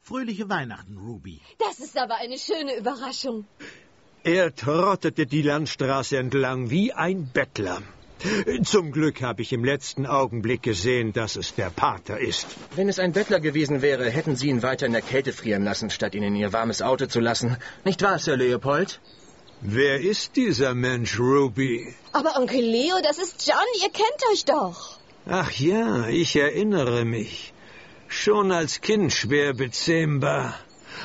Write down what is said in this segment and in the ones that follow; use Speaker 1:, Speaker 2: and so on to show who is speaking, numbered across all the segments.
Speaker 1: Fröhliche Weihnachten, Ruby.
Speaker 2: Das ist aber eine schöne Überraschung.
Speaker 3: Er trottete die Landstraße entlang wie ein Bettler. Zum Glück habe ich im letzten Augenblick gesehen, dass es der Pater ist.
Speaker 4: Wenn es ein Bettler gewesen wäre, hätten Sie ihn weiter in der Kälte frieren lassen, statt ihn in Ihr warmes Auto zu lassen. Nicht wahr, Sir Leopold?
Speaker 3: Wer ist dieser Mensch, Ruby?
Speaker 2: Aber Onkel Leo, das ist John, ihr kennt euch doch.
Speaker 3: Ach ja, ich erinnere mich. Schon als Kind schwer bezähmbar.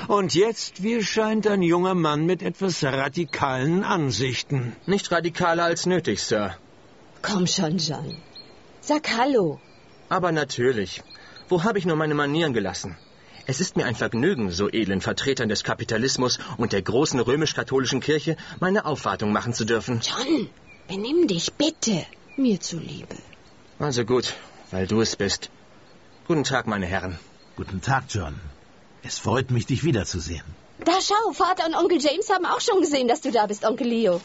Speaker 3: Und jetzt, wie es scheint, ein junger Mann mit etwas radikalen Ansichten.
Speaker 4: Nicht radikaler als nötig, Sir.
Speaker 2: Komm schon, John. Sag Hallo.
Speaker 4: Aber natürlich. Wo habe ich nur meine Manieren gelassen? Es ist mir ein Vergnügen, so edlen Vertretern des Kapitalismus und der großen römisch-katholischen Kirche meine Aufwartung machen zu dürfen.
Speaker 2: John, benimm dich bitte. Mir zuliebe.
Speaker 4: Also gut, weil du es bist. Guten Tag, meine Herren.
Speaker 1: Guten Tag, John. Es freut mich, dich wiederzusehen.
Speaker 2: Da schau, Vater und Onkel James haben auch schon gesehen, dass du da bist, Onkel Leo.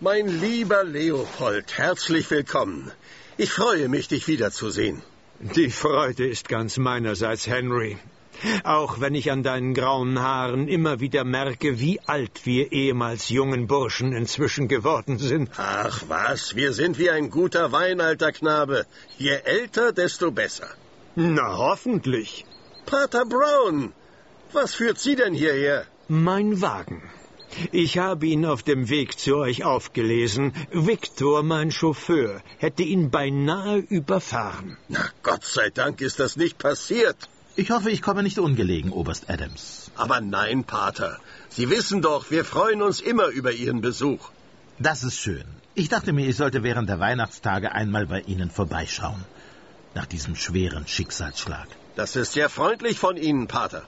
Speaker 5: Mein lieber Leopold, herzlich willkommen. Ich freue mich, dich wiederzusehen.
Speaker 3: Die Freude ist ganz meinerseits, Henry. Auch wenn ich an deinen grauen Haaren immer wieder merke, wie alt wir ehemals jungen Burschen inzwischen geworden sind.
Speaker 5: Ach was, wir sind wie ein guter Wein, alter Knabe. Je älter, desto besser.
Speaker 3: Na, hoffentlich.
Speaker 5: Pater Brown, was führt Sie denn hierher?
Speaker 3: Mein Wagen. Ich habe ihn auf dem Weg zu euch aufgelesen. Victor, mein Chauffeur, hätte ihn beinahe überfahren.
Speaker 5: Na, Gott sei Dank ist das nicht passiert.
Speaker 1: Ich hoffe, ich komme nicht ungelegen, Oberst Adams.
Speaker 5: Aber nein, Pater. Sie wissen doch, wir freuen uns immer über Ihren Besuch.
Speaker 1: Das ist schön. Ich dachte mir, ich sollte während der Weihnachtstage einmal bei Ihnen vorbeischauen. Nach diesem schweren Schicksalsschlag.
Speaker 5: Das ist sehr freundlich von Ihnen, Pater.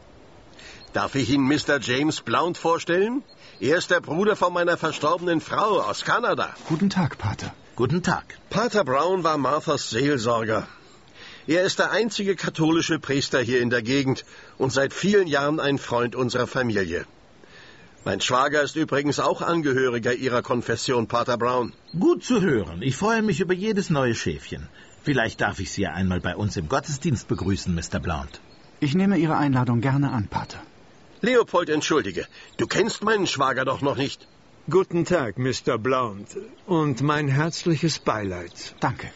Speaker 5: Darf ich Ihnen Mr. James Blount vorstellen? Er ist der Bruder von meiner verstorbenen Frau aus Kanada.
Speaker 6: Guten Tag, Pater.
Speaker 1: Guten Tag.
Speaker 5: Pater Brown war Marthas Seelsorger. Er ist der einzige katholische Priester hier in der Gegend und seit vielen Jahren ein Freund unserer Familie. Mein Schwager ist übrigens auch Angehöriger Ihrer Konfession, Pater Brown.
Speaker 1: Gut zu hören. Ich freue mich über jedes neue Schäfchen. Vielleicht darf ich Sie ja einmal bei uns im Gottesdienst begrüßen, Mr. Blount.
Speaker 6: Ich nehme Ihre Einladung gerne an, Pater.
Speaker 5: Leopold, entschuldige. Du kennst meinen Schwager doch noch nicht.
Speaker 3: Guten Tag, Mr. Blount. Und mein herzliches Beileid.
Speaker 6: Danke.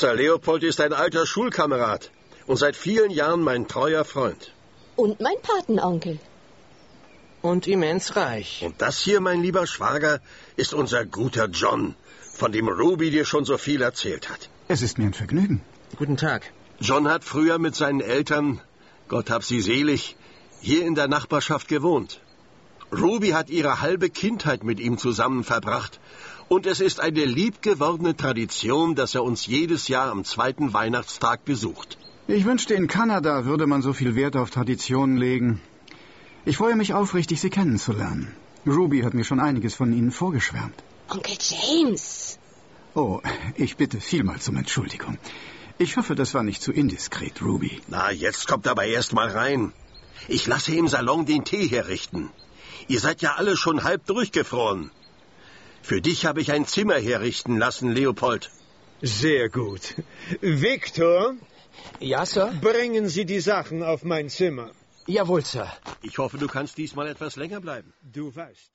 Speaker 5: Sir Leopold ist ein alter Schulkamerad und seit vielen Jahren mein treuer Freund.
Speaker 2: Und mein Patenonkel.
Speaker 4: Und immens reich.
Speaker 5: Und das hier, mein lieber Schwager, ist unser guter John, von dem Ruby dir schon so viel erzählt hat.
Speaker 6: Es ist mir ein Vergnügen.
Speaker 4: Guten Tag.
Speaker 5: John hat früher mit seinen Eltern, Gott hab sie selig, hier in der Nachbarschaft gewohnt. Ruby hat ihre halbe Kindheit mit ihm zusammen verbracht und es ist eine liebgewordene Tradition, dass er uns jedes Jahr am zweiten Weihnachtstag besucht.
Speaker 6: Ich wünschte, in Kanada würde man so viel Wert auf Traditionen legen. Ich freue mich aufrichtig, Sie kennenzulernen. Ruby hat mir schon einiges von Ihnen vorgeschwärmt.
Speaker 2: Onkel James!
Speaker 6: Oh, ich bitte vielmals um Entschuldigung. Ich hoffe, das war nicht zu indiskret, Ruby.
Speaker 5: Na, jetzt kommt aber erst mal rein. Ich lasse im Salon den Tee herrichten. Ihr seid ja alle schon halb durchgefroren. Für dich habe ich ein Zimmer herrichten lassen, Leopold.
Speaker 3: Sehr gut. Victor,
Speaker 4: Ja, Sir?
Speaker 3: bringen Sie die Sachen auf mein Zimmer.
Speaker 4: Jawohl, Sir.
Speaker 5: Ich hoffe, du kannst diesmal etwas länger bleiben.
Speaker 3: Du weißt.